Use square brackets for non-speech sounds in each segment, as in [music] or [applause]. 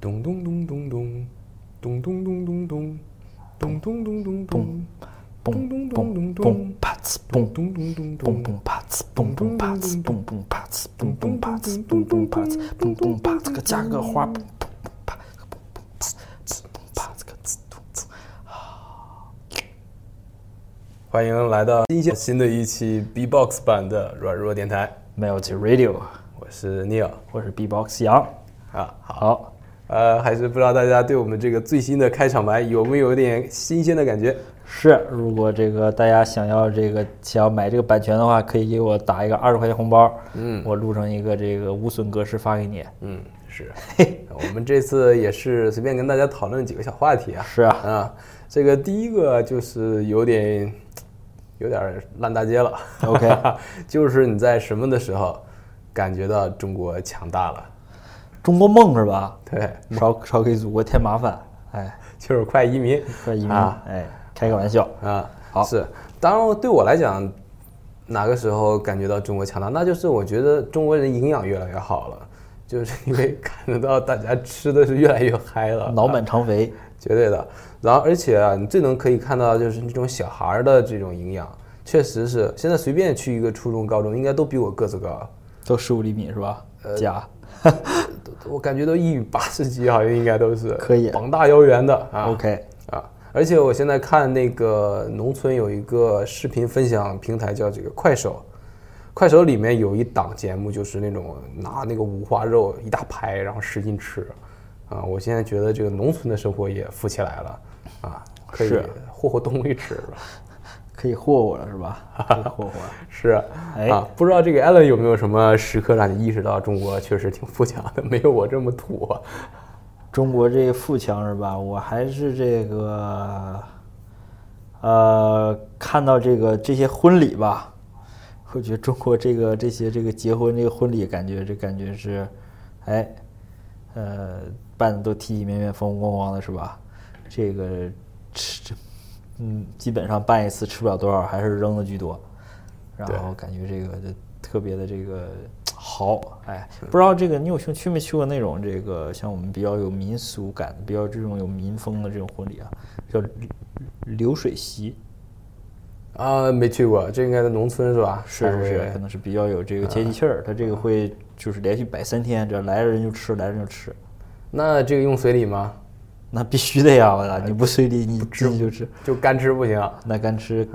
咚咚咚咚咚，咚咚咚咚咚，咚咚咚咚咚，嘣嘣嘣嘣啪呲咚嘣咚咚咚咚。嘣嘣啪呲嘣嘣啪呲嘣嘣啪呲嘣嘣啪呲嘣嘣啪呲嘣嘣啪这个加个花嘣嘣嘣啪这个嘣嘣啪呲嘣啪这个呲咚呲。欢迎来到新一新的一期 B-box 版的软弱电台， Melody Radio，我是 Neil 我是 B-box 杨。啊，好，好，呃，还是不知道大家对我们这个最新的开场白有没有点新鲜的感觉？是如果这个大家想要这个想要买这个版权的话，可以给我打一个二十块钱红包，嗯，我录成一个这个无损格式发给你。嗯， [laughs] 是，我们这次也是随便跟大家讨论几个小话题啊，是啊，啊，这个第一个就是有点有点儿烂大街了 OK [laughs] 就是你在什么的时候感觉到中国强大了？中国梦是吧？对，少少给祖国添麻烦， [laughs] 哎，就是快移民，快移民，啊哎，开个玩笑。啊，好是。当然，对我来讲，哪个时候感觉到中国强大，那就是我觉得中国人营养越来越好了，就是因为看得到大家吃的是越来越嗨了，脑满肠肥，绝对的。然后，而且啊，你最能可以看到就是这种小孩儿的这种营养，确实是现在随便去一个初中、高中，应该都比我个子高，啊都十五厘米是吧？假，都都我感觉都一米八十几，好像应该都是可以膀大腰圆的啊。 OK，啊，而且我现在看那个农村有一个视频分享平台叫这个快手，快手里面有一档节目就是那种拿那个五花肉一大排，然后使劲吃，啊，我现在觉得这个农村的生活也富起来了，啊，可以是霍霍动物一吃是吧？可以霍霍了是吧？可以霍霍了。是哎啊，不知道这个 Allen 有没有什么时刻让你意识到中国确实挺富强的，没有我这么土啊？中国这富强是吧？我还是这个，呃，看到这个这些婚礼吧，我觉得中国这个这些这个结婚这个婚礼，感觉这感觉是，哎，呃，办的都体体面面、风风光光的是吧？这个吃这，嗯，基本上办一次吃不了多少，还是扔的居多。然后感觉这个就特别的这个豪，哎，不知道这个你有去去没去过那种这个像我们比较有民俗感、比较这种有民风的这种婚礼啊，叫流流水席，啊，没去过，这应该在农村是吧？是是还是，啊可能是比较有这个接地气儿，它这个会就是连续摆三天，这来了人就吃，来了人就吃，那这个用随礼吗？那必须的呀，我操，你不随礼你自己就吃，就干吃不行啊。那干吃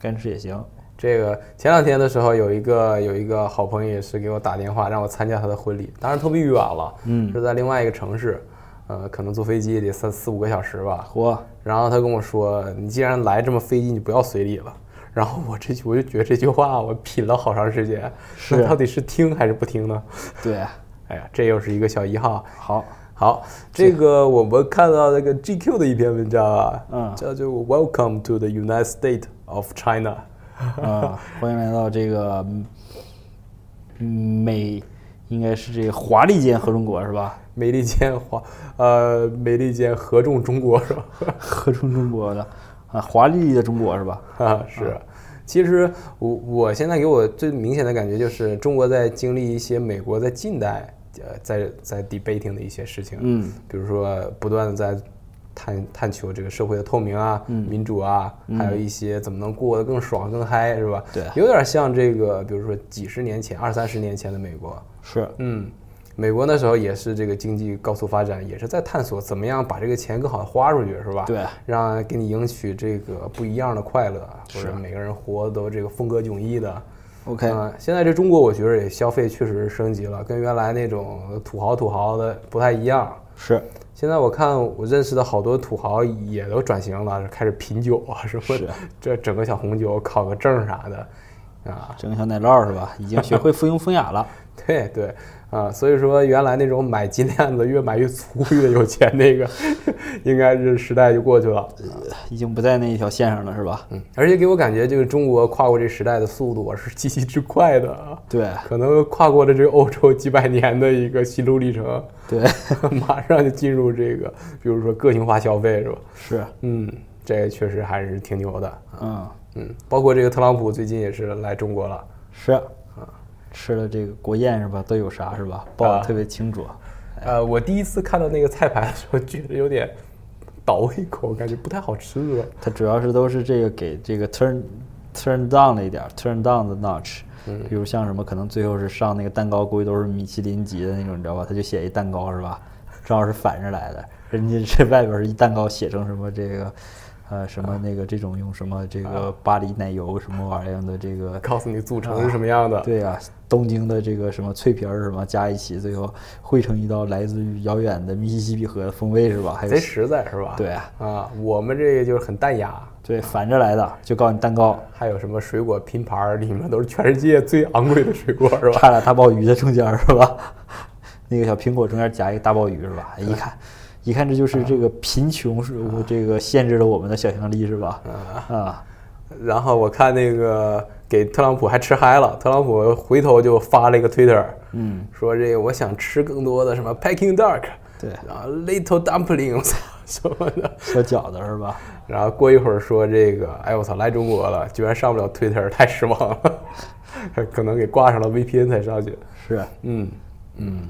干吃也行，这个前两天的时候，有一个有一个好朋友也是给我打电话，让我参加他的婚礼，当然特别远了，嗯，是在另外一个城市，呃，可能坐飞机也得三四五个小时吧。 [laughs] 嚯，然后他跟我说：“你既然来这么飞机，你不要随礼了。” [laughs] 然后我这句我就觉得这句话我品了好长时间，是那到底是听还是不听呢？ [laughs] 对，哎呀，这又是一个小遗憾。好，好，这个我们看到那个 GQ 的一篇文章啊，嗯叫做 “Welcome to the United States of China”。 [laughs] 啊，欢迎来到这个嗯美，应该是这个华丽间合众国是吧？ [laughs] 美利坚华，呃，美利坚合众中国是吧？ [laughs] 合众中国的啊，华丽的中国是吧？啊，嗯是。其实我我现在给我最明显的感觉就是，中国在经历一些美国在近代呃在在 debating 的一些事情，啊嗯，比如说不断的在探探求这个社会的透明啊、嗯民主啊，还有一些怎么能过得更爽更嗨是吧？对有点像这个，比如说几十年前、二三十年前的美国，是嗯，美国那时候也是这个经济高速发展，也是在探索怎么样把这个钱更好的花出去，是吧？对让给你赢取这个不一样的快乐，啊或者每个人活得都这个风格迥异的。 OK，、嗯现在这中国我觉得也消费确实是升级了，跟原来那种土豪土豪的不太一样。是现在我看我认识的好多土豪也都转型了，开始品酒啊什么是的，这整个小红酒考个证啥的，啊，整个小奶酪是吧？已经学会附庸风雅了。 [laughs] 对对，啊，所以说原来那种买金链子越买越粗 [laughs] 越有钱那个，应该是时代就过去了。呃已经不在那一条线上了，是吧？嗯，而且给我感觉这个中国跨过这时代的速度啊是极其之快的啊，对可能跨过了这个欧洲几百年的一个心路历程， [laughs] 对，马上就进入这个，比如说个性化消费是吧？ [laughs] 是，嗯，这确实还是挺牛的。嗯，嗯，包括这个特朗普最近也是来中国了。啊啊是，吃了这个国宴是吧？都有啥是吧？报的特别清楚。啊呃，我第一次看到那个菜盘的时候，觉得有点倒胃口，感觉不太好吃了。它主要是都是这个给这个 turn turn down 了一点儿，turn down 的 notch。比如像什么，可能最后是上那个蛋糕，估计都是米其林级的那种，你知道吧？他就写一蛋糕是吧？正好是反着来的，人家这外边儿一蛋糕写成什么这个，呃，什么那个这种用什么这个巴黎奶油什么玩意儿的这个告诉你组成是什么样的。对呀、东京的这个什么脆皮儿什么加一起，最后汇成一道来自于遥远的密西西比河的风味是吧？还有贼实在是吧？对啊，啊，我们这个就是很淡雅，对反着来的，就告诉你蛋糕还有什么水果拼盘儿，里面都是全世界最昂贵的水果是吧？ [laughs] 差俩大鲍鱼在中间儿是吧？ [laughs] 那个小苹果中间夹一个大鲍鱼是吧？一看，一看这就是这个贫穷是我这个限制了我们的想象力是吧？啊，然后我看那个给特朗普还吃嗨了，特朗普回头就发了一个 Twitter，嗯，说这个我想吃更多的什么 Peking duck，对然后 little dumpling 我操什么的，小饺子是吧？然后过一会儿说这个，哎我操来中国了，居然上不了 Twitter，太失望了， [laughs] 可能给挂上了 VPN 才上去。是，嗯，嗯，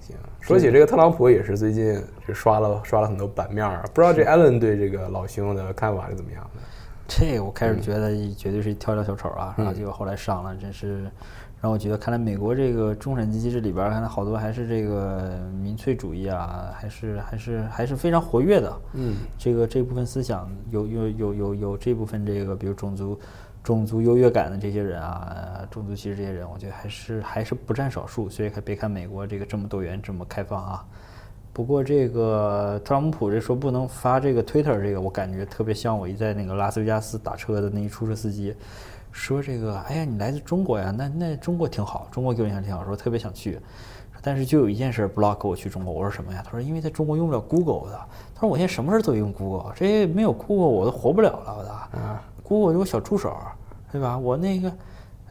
行。说起这个特朗普，也是最近这刷了刷了很多版面儿，不知道这艾伦对这个老兄的看法是怎么样的？这我开始觉得绝对是一跳跳小丑啊，然后结果后来上了，真是让我觉得，看来美国这个中产阶级这里边儿，看来好多还是这个民粹主义啊，还是还是还是非常活跃的。嗯，这个这部分思想有有有有有这部分这个，比如种族种族优越感的这些人啊，呃种族歧视这些人，我觉得还是还是不占少数。所以看别看美国这个这么多元这么开放啊，不过这个特朗普这说不能发这个 Twitter 这个，我感觉特别像我一在那个拉斯维加斯打车的那一出租车司机，说这个，哎呀，你来自中国呀，那那中国挺好，中国给我印象挺好，说特别想去，但是就有一件事儿 block 我去中国，我说什么呀？他说因为在中国用不了 Google 的，他说我现在什么事儿都用 Google，这没有 Google 我都活不了了，我操、Google 啊有个小助手，对吧？我那个。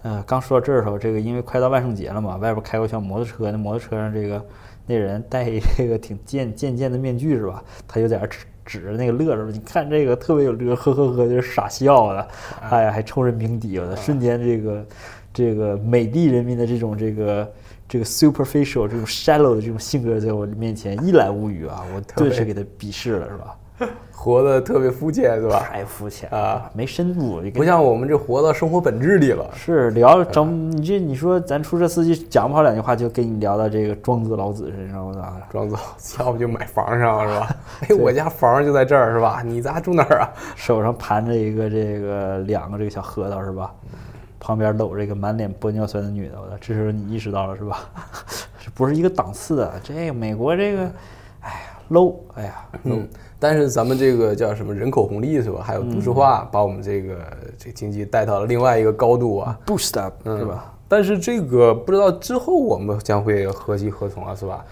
呃，刚说到这儿的时候，这个因为快到万圣节了嘛，外边开过一辆摩托车，那摩托车上这个那人戴一这个挺贱贱贱的面具是吧？他就在那指指着那个乐着，你看这个特别有乐，呵呵呵，就是傻笑的，哎呀，还冲人鸣笛，我的瞬间这个这个美帝人民的这种这个。这个 superficial 这种 shallow 的这种性格在我面前一览无余啊！我顿时给他鄙视了，是吧？活得特别肤浅，是吧？太肤浅啊了，没深度，就跟不像我们这活到生活本质里了。是聊哎整你这你说咱出租车司机讲不好两句话，就给你聊到这个庄子老子身上，啊我操！庄子，要不就买房上 [laughs] 是吧？哎，我家房就在这儿是吧？你家住哪儿啊？手上盘着一个这个两个这个小核桃是吧？旁边搂着一个满脸玻尿酸的女的，我操！这时候你意识到了是吧？ [laughs] 这不是一个档次的，这个美国这个，哎呀 low，哎呀 low，嗯，但是咱们这个叫什么人口红利是吧？还有都市化，把我们这个这经济带到了另外一个高度啊。 boost up 是吧？但是这个不知道之后我们将会何去何从啊，是吧？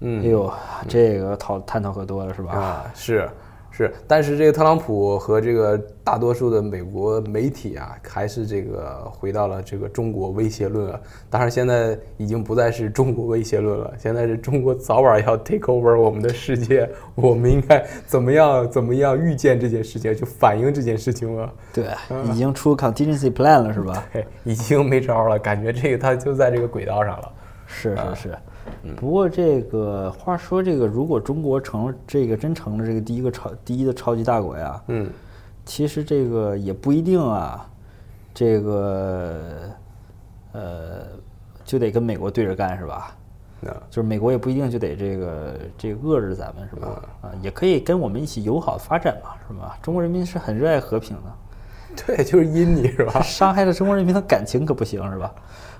嗯哎，呦，这个讨探讨可多了是吧？啊，是是，但是这个特朗普和这个大多数的美国媒体啊，还是这个回到了这个中国威胁论啊。当然，现在已经不再是中国威胁论了，现在是中国早晚要 take over 我们的世界， [laughs] 我们应该怎么样怎么样预见这件事情，去反映这件事情了。对，嗯已经出 contingency plan 了是吧？嘿，已经没招了，感觉这个他就在这个轨道上了。是是是，不过这个话说，这个如果中国成了这个真成了这个第一个超第一的超级大国呀，嗯，其实这个也不一定啊，这个呃就得跟美国对着干是吧？那就是美国也不一定就得这个这个遏制咱们是吧？啊，也可以跟我们一起友好发展嘛，是吧？中国人民是很热爱和平的，对，就是阴你是吧？伤害了中国人民的感情可不行是吧？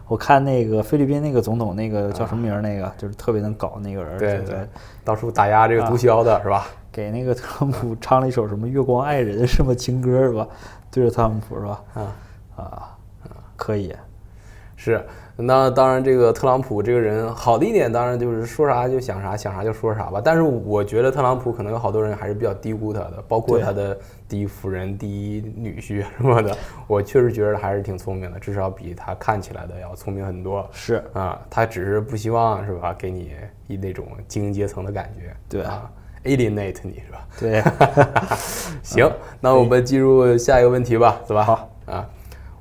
我看那个菲律宾那个总统，那个叫什么名儿？那个就是特别能搞那个人儿，啊对 [laughs] 这个对，啊到处打压这个毒枭的是吧？给那个特朗普唱了一首什么《月光爱人》什么情歌是吧？对着特朗普是吧？啊。啊，可以，是，那当然，这个特朗普这个人好的一点，当然就是说啥就想啥，想啥就说啥吧。但是我觉得特朗普可能有好多人还是比较低估他的，包括他的第一夫人、第一女婿啊什么的。我确实觉得还是挺聪明的，至少比他看起来的要聪明很多。是啊，他只是不希望是吧，给你一那种精英阶层的感觉，对啊，alienate 你是吧？对，行，啊那我们进入下一个问题吧，是吧？好啊，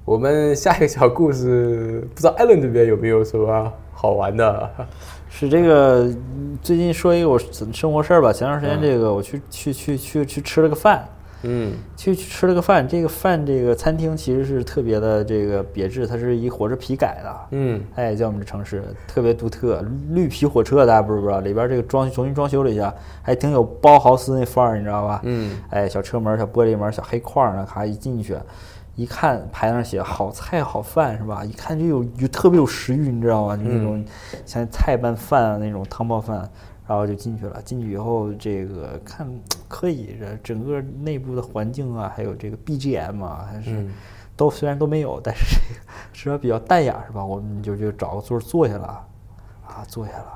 我们下一个小故事，不知道艾伦这边有没有什么好玩的， [laughs] [laughs] 是这个最近说一个我生活事儿吧，前段时间这个我去去去去去吃了个饭，嗯去去吃了个饭，这个饭这个餐厅其实是特别的这个别致，它是一火车皮改的，嗯哎，在我们这城市特别独特，绿皮火车大家不是不知道，里边这个装重新装修了一下，还挺有包豪斯那范儿，你知道吧？嗯，哎，小车门、小玻璃门、小黑框儿，那咔一进去，一看牌上写“好菜好饭”是吧？一看就有就特别有食欲，你知道吗？就那嗯种像菜拌饭啊那种汤泡饭，然后就进去了。进去以后，这个看可以，这整个内部的环境啊，还有这个 BGM 啊，还是嗯都虽然都没有，但是这个至少比较淡雅是吧？我们就就找个座儿坐下了，啊，坐下了。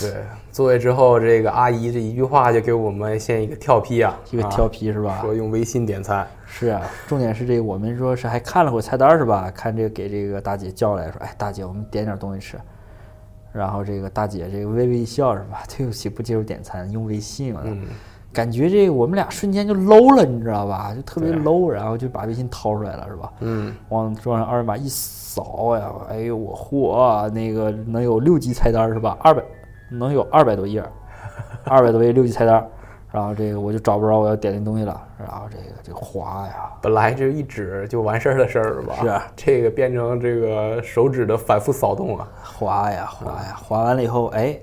对，座位之后，这个阿姨这一句话就给我们先一个跳批啊，一个调皮是吧？啊说用微信点餐，是啊，重点是这个，我们说是还看了会菜单儿是吧？看这个给这个大姐叫来说，哎，大姐，我们点点东西吃。然后这个大姐这个微微一笑是吧？ [laughs] 对不起，不接受点餐，用微信了。感觉这个我们俩瞬间就 low 了，你知道吧？就特别对 low，然后就把微信掏出来了是吧？嗯，往桌上二维码一扫呀，哎呦我嚯、那个能有六级菜单儿是吧？二百能有二百多页儿，二百多页六级菜单儿，然后这个我就找不着我要点的东西了，然后这个这个滑呀，本来这一指就完事儿的事儿吧，是啊这个变成这个手指的反复扫动啊，滑呀滑呀，滑完了以后，哎，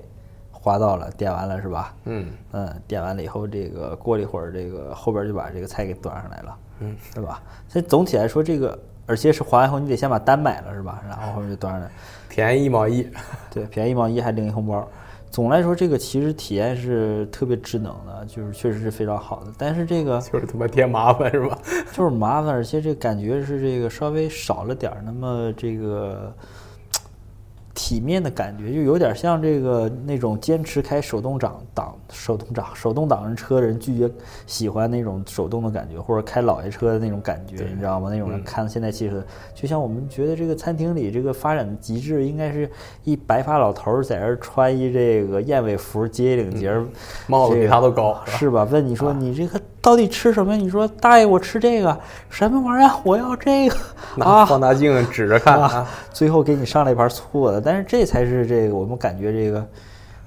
滑到了，点完了是吧？嗯嗯，点完了以后，这个过了一会儿，这个后边就把这个菜给端上来了，嗯，是吧？所以总体来说，这个而且是滑完以后，你得先把单买了是吧？然后后面就端上来，便宜一毛一， [laughs] 对，便宜一毛一还领一红包。总的来说，这个其实体验是特别智能的，就是确实是非常好的。但是这个就是他妈添麻烦是吧？就是麻烦，而且这感觉是这个稍微少了点儿，那么这个体面的感觉，就有点像这个那种坚持开手动挡挡手动挡手动挡人车的人拒绝喜欢那种手动的感觉，或者开老爷车的那种感觉，你知道吗？那种人看现代汽车，就像我们觉得这个餐厅里这个发展的极致，应该是一白发老头儿在这儿穿一这个燕尾服，接一领结儿，帽子这比个他都高，是吧？啊问你说你这个到底吃什么？你说大爷，我吃这个，什么玩意儿？我要这个拿 [laughs] 啊！放大镜指着看啊，最后给你上了一盘错的，但是这才是这个我们感觉这个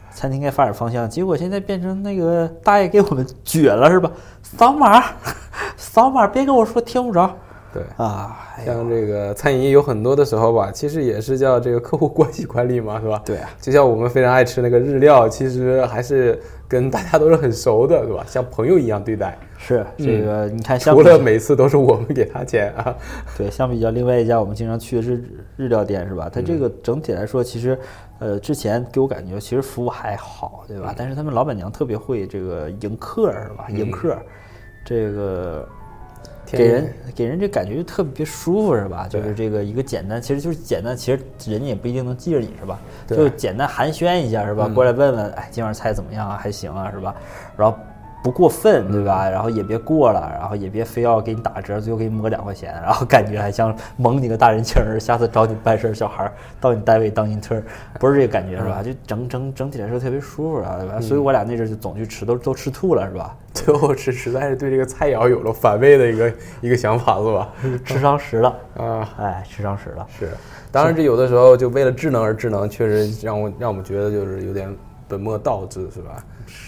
餐厅应该发展方向。结果现在变成那个大爷给我们撅了是吧？扫码， [laughs] 扫码，别跟我说听不着对。啊！哎呀，像这个餐饮有很多的时候吧，其实也是叫这个客户关系管理嘛，是吧？对啊，就像我们非常爱吃那个日料，其实还是跟大家都是很熟的，对吧？像朋友一样对待，是这个，你看相除比了每次都是我们给他钱啊， [laughs] [laughs] 对，相比较另外一家我们经常去的是日日料店，是吧？它这个整体来说，其实，呃，之前给我感觉其实服务还好，对吧？但是他们老板娘特别会这个迎客，是吧？迎客，这个嗯给天人给人这感觉就特别舒服，是吧？就是这个一个简单，其实就是简单，其实人家也不一定能记着你，是吧？对就简单寒暄一下，是吧？过来问问，哎，今晚菜怎么样啊？还行啊，是吧？然后不过分，对吧？然后也别过了，然后也别非要给你打折，最后给你抹两块钱，然后感觉还像蒙你个大人情儿，下次找你办事儿小孩儿到你单位当 intern，不是这个感觉，是吧？就整整整体来说特别舒服啊，对吧？所以我俩那阵儿就总去吃，都都吃吐了，是吧？最后是实在是对这个菜肴有了反胃的一个一个想法，是吧？吃伤食了，啊，哎，吃伤食了。是，当然这有的时候就为了智能而智能，确实让我让我们觉得就是有点本末倒置，是吧？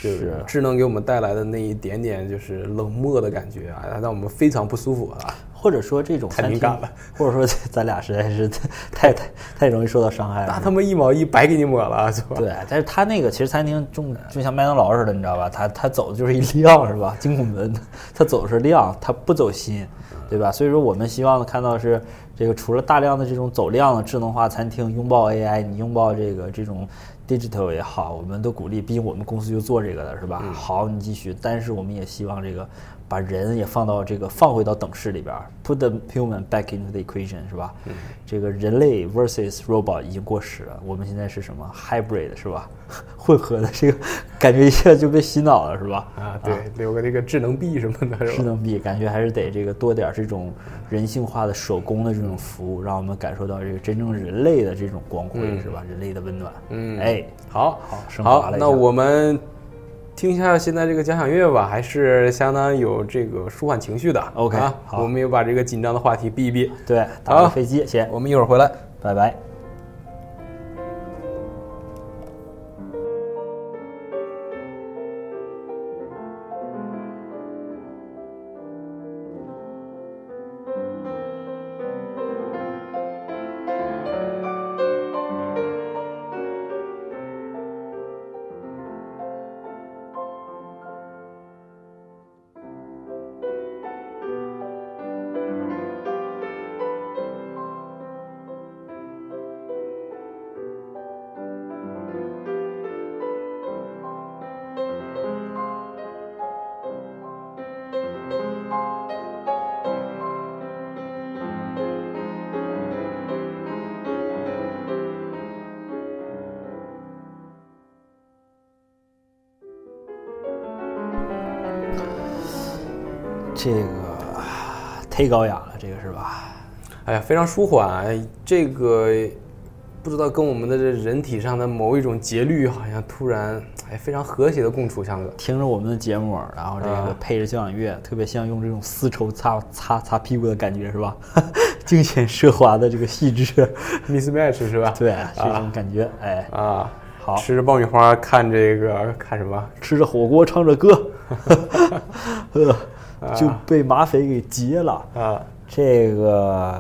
就是啊智能给我们带来的那一点点就是冷漠的感觉啊，让我们非常不舒服啊。或者说这种太餐敏厅，感了 [laughs] 或者说咱俩实在是太太太容易受到伤害那了。他妈一毛一白给你抹了，是吧？对，但是他那个其实餐厅重就像麦当劳似的，你知道吧？他他走的就是一量是吧？金拱门，他走的是量，他不走心，对吧？所以说我们希望看到是这个除了大量的这种走量的智能化餐厅，拥抱 AI，你拥抱这个这种 digital 也好，我们都鼓励，毕竟我们公司就做这个的是嗯吧？好，你继续，但是我们也希望这个把人也放到这个放回到等式里边儿，put the human back into the equation 是吧？这个人类 versus robot 已经过时了，我们现在是什么 hybrid 是吧？ [laughs] 混合的这个感觉一下就被洗脑了是吧？啊，对，留个这个智能币什么的，是智吧？能币感觉还是得这个多点儿这种人性化的手工的这种服务，让我们感受到这个真正人类的这种光辉、是吧？人类的温暖，嗯，哎，好，好升华好了，一那下我们听一下现在这个交响乐吧，还是相当有这个舒缓情绪的。 OK，啊，好我们也把这个紧张的话题避一避。对，打好个飞机，先，我们一会儿回来。拜拜。这个忒高雅了，这个是吧？哎呀，非常舒缓。啊这个不知道跟我们的这人体上的某一种节律，好像突然哎非常和谐的 [laughs] 共处，像个听着我们的节目，然后这个啊配着交响乐，特别像用这种丝绸擦擦擦屁股的感觉是吧？ [laughs] 尽显奢华的这个细 [laughs] 致， mismatch 是吧？对，这种感觉，哎，啊，好吃着爆米花，看这个看什么？吃着火锅唱着歌， [laughs] 呃，就被马匪给劫了。啊，这个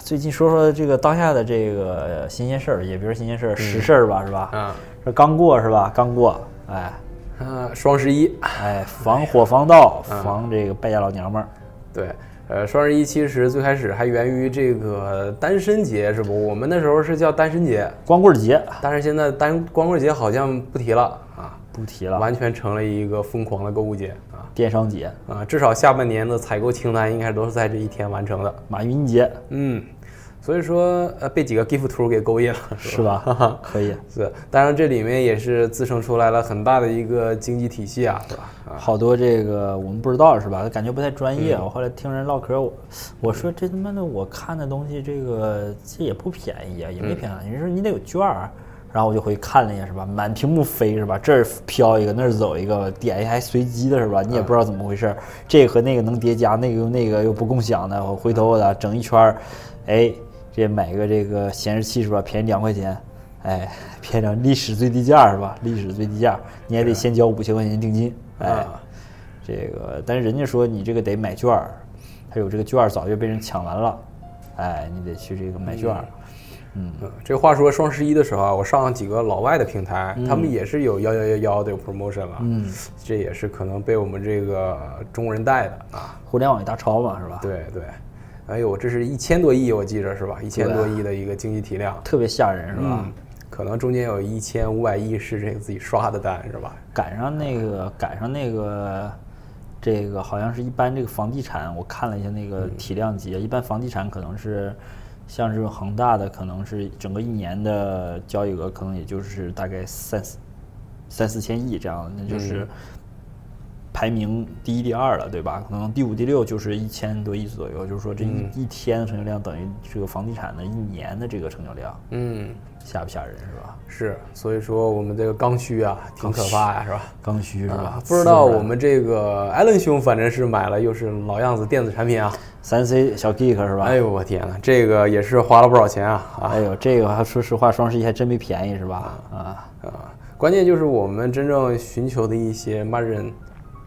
最近说说这个当下的这个新鲜事儿，也不是新鲜事儿，实事儿吧，是吧？嗯，这刚过是吧？刚过，哎啊，双十一，哎，防火防盗，防这个败家老娘们儿。对，呃，双十一其实最开始还源于这个单身节，是不？我们那时候是叫单身节，光棍节但是现在单光棍节好像不提了啊，不提了，完全成了一个疯狂的购物节啊电商节、啊！至少下半年的采购清单应该都是在这一天完成的。马云节嗯，所以说呃被几个 GIF 图给勾引了，[laughs] 是吧？可以，是，当然这里面也是滋生出来了很大的一个经济体系啊，是吧？啊，好多这个我们不知道是吧？感觉不太专业。我后来听人唠嗑，我我说这他妈的我看的东西，这个这也不便宜啊，也没便宜。人家说你得有券儿，啊然后我就回去看了一下是吧？满屏幕飞是吧？这儿飘一个，那儿走一个，点一下还随机的是吧？你也不知道怎么回事儿，这个和那个能叠加，那个又那个又不共享的。我回头我咋整一圈儿，哎，这买个这个显示器是吧？便宜两块钱。哎，便宜两历史最低价是吧？历史最低价，你还得先交五千块钱定金。哎，啊这个，但是人家说你这个得买券儿，他有这个券儿早就被人抢完了，哎，你得去这个买券儿。嗯，这话说双十一的时候啊，我上了几个老外的平台，他们也是有幺幺幺幺的有 promotion 了，嗯，这也是可能被我们这个中国人带的啊，互联网一大抄嘛，是吧？对对，哎呦，这是一千多亿，我记着是吧？一千多亿的一个经济体量，特别吓人，是吧？嗯，可能中间有一千五百亿是这个自己刷的单是吧？赶上那个，赶上那个，这个好像是一般这个房地产，我看了一下那嗯个体量级，一般房地产可能是像这种恒大的，可能是整个一年的交易额可能也就是大概三四三四千亿这样，那嗯就是排名第一、第二了，对吧？可能第五、第六就是一千多亿左右，就是说这一、嗯一天的成交量等于这个房地产的一年的这个成交量，嗯，吓不吓人是吧？是，所以说我们这个刚需啊，挺可怕呀、是吧？刚需是吧？啊不知道四十我们这个艾伦兄，反正是买了，又是老样子电子产品啊。三 C 小 geek 是吧？哎呦我天呐，这个也是花了不少钱啊哎呦，这个还说实话，双十一还真没便宜是吧？啊，啊啊！关键就是我们真正寻求的一些 margin，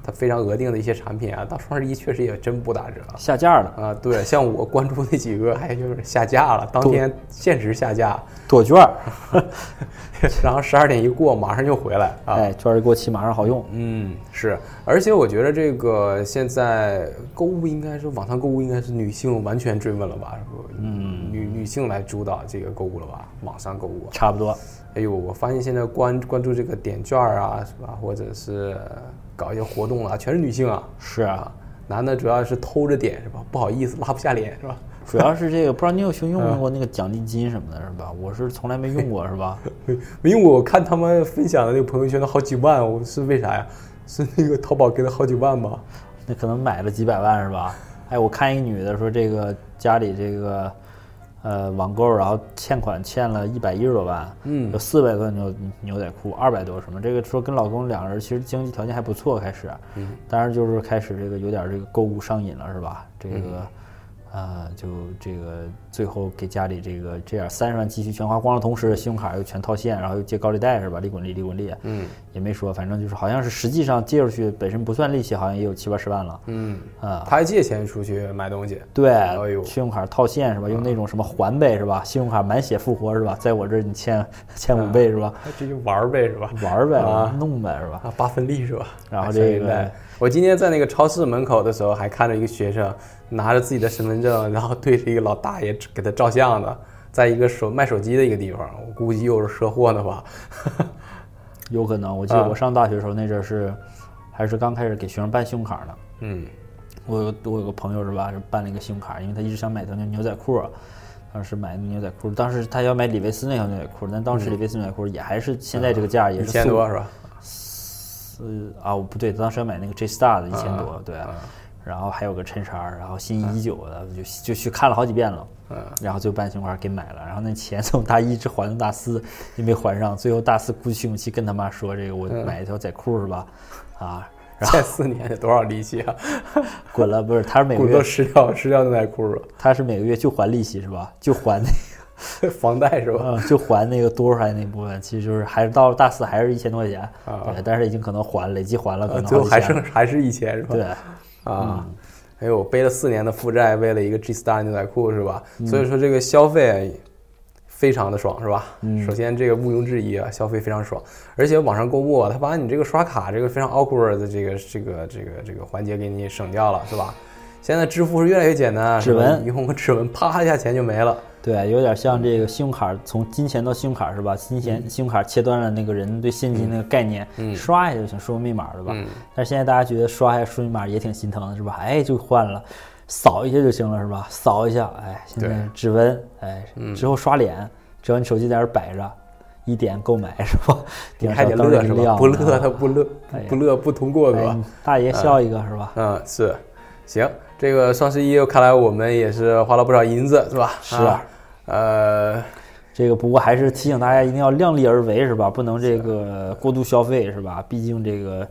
它非常额定的一些产品啊，到双十一确实也真不打折下架了，啊。对，像我关注那几个，还就是下架了，当天限时下架，躲券儿， [laughs] 然后十二点一过马上就回来啊。哎，券儿一过期马上好用，嗯，是，而且我觉得这个现在购物应该是网上购物应该是女性完全追问了吧？嗯，女女性来主导这个购物了吧？网上购物啊，差不多。哎呦，我发现现在关关注这个点券儿啊，是吧？或者是搞一些活动啊，全是女性啊，是啊，男的主要是偷着点是吧？不好意思，拉不下脸是吧？ [laughs] 主要是这个，不知道你有没有用过那个奖励金什么的，是吧？我是从来没用过，是吧？因为我看他们分享的那个朋友圈都好几万，我是为啥呀？是那个淘宝给的好几万吧？那可能买了几百万，是吧？哎，我看一个女的说，这个家里这个呃网购，然后欠款欠了一百一十多万，嗯有四百多牛牛仔裤，二百多什么，这个说跟老公两人其实经济条件还不错，开始，嗯，当然就是开始这个有点这个购物上瘾了，是吧？这个。呃，就这个最后给家里这个这样三十万积蓄全花光了，同时信用卡又全套现，然后又借高利贷是吧？利滚利，利滚利，嗯，也没说，反正就是好像是实际上借出去本身不算利息，好像也有七八十万了，嗯，啊，他还借钱出去买东西，哎呦对，信用卡套现是吧？用那种什么还呗是吧？信用卡满血复活是吧？在我这儿你欠欠五倍是吧？这就玩儿呗是吧？玩儿呗，啊弄呗是吧？啊，八分利是吧？然后哎所以这个在我今天在那个超市门口的时候，还看到一个学生拿着自己的身份证，然后对着一个老大爷给他照相的，在一个手卖手机的一个地方，我估计又是车祸呢吧？有可能，我啊记得我上大学的时候那阵儿是，还是刚开始给学生办信用卡呢。嗯，我有我有个朋友是吧，是办了一个信用卡，因为他一直想买条牛牛仔裤，啊当时买那牛仔裤，当时他要买李维斯那条牛仔裤，但当时李维斯牛仔裤也还是现在这个价，也嗯啊一是千四五多是吧？呃啊，我不对，当时要买那个 J Star 的一千多，对。然后还有个衬衫儿，然后心啊仪已久的，就就去看了好几遍了，嗯，然后最后把那情况给买了，然后那钱从大一直还到大四也没还上，最后大四鼓起勇气跟他妈说这个我嗯买一条仔裤是吧？啊，然后这四年得多少利息 [laughs] 啊？滚了，不是他是每个骨头月吃掉吃掉那袋裤了，他是每个月就还利息是吧？就还那个。 [laughs] 房贷是吧？呃，就还那个多出来那部分，其实就是还是到了大四还是一千多块钱，啊对，但是已经可能还累计还了，可呃能最后好几还千剩还是一千是吧？对，啊，嗯还有背了四年的负债，为了一个 G Star 牛仔裤是吧？嗯所以说这个消费非常的爽是吧？嗯首先这个毋庸置疑啊，消费非常爽，而且网上购物啊，它把你这个刷卡这个非常 awkward 的这个这个这个这个环节给你省掉了是吧？现在支付是越来越简单，指是吧纹你用个指纹啪一下钱就没了。对，有点像这个信用卡，从金钱到信用卡是吧？金嗯钱、信用卡切断了那个人对现金那个概念，刷一下就行，输入密码对吧？嗯但是现在大家觉得刷一下输入密码也挺心疼的是吧？哎，就换了，扫一下就行了是吧？扫一下，哎，现在对指纹，哎，之后刷脸，只要你手机在那儿摆着，一点购买是吧？你点还得乐是吧？不乐他不乐哎呀不乐不通过是吧？大爷笑一个是吧？嗯，是，行，这个双十一看来我们也是花了不少银子，是吧？是啊，呃，这个不过还是提醒大家一定要量力而为，是吧？不能这个过度消费，是吧？毕竟这个，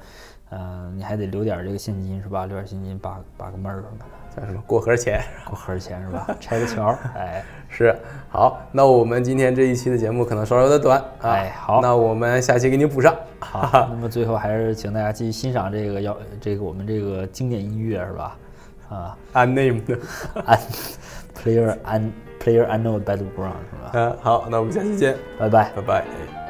呃，你还得留点这个现金，是吧？留点现金把把个妹儿，叫什么过河钱？过河钱，是吧？拆个桥，哎，是，好，那我们今天这一期的节目可能稍稍有点短啊，哎好那我们下期给你补上。好。那么最后还是请大家继续欣赏这个要这个我们这个经典音乐，是吧？啊 [laughs] unnamed， ，un 啊 player un player unknown battleground，是吧？嗯，好，那我们下期见，拜拜。拜拜。哎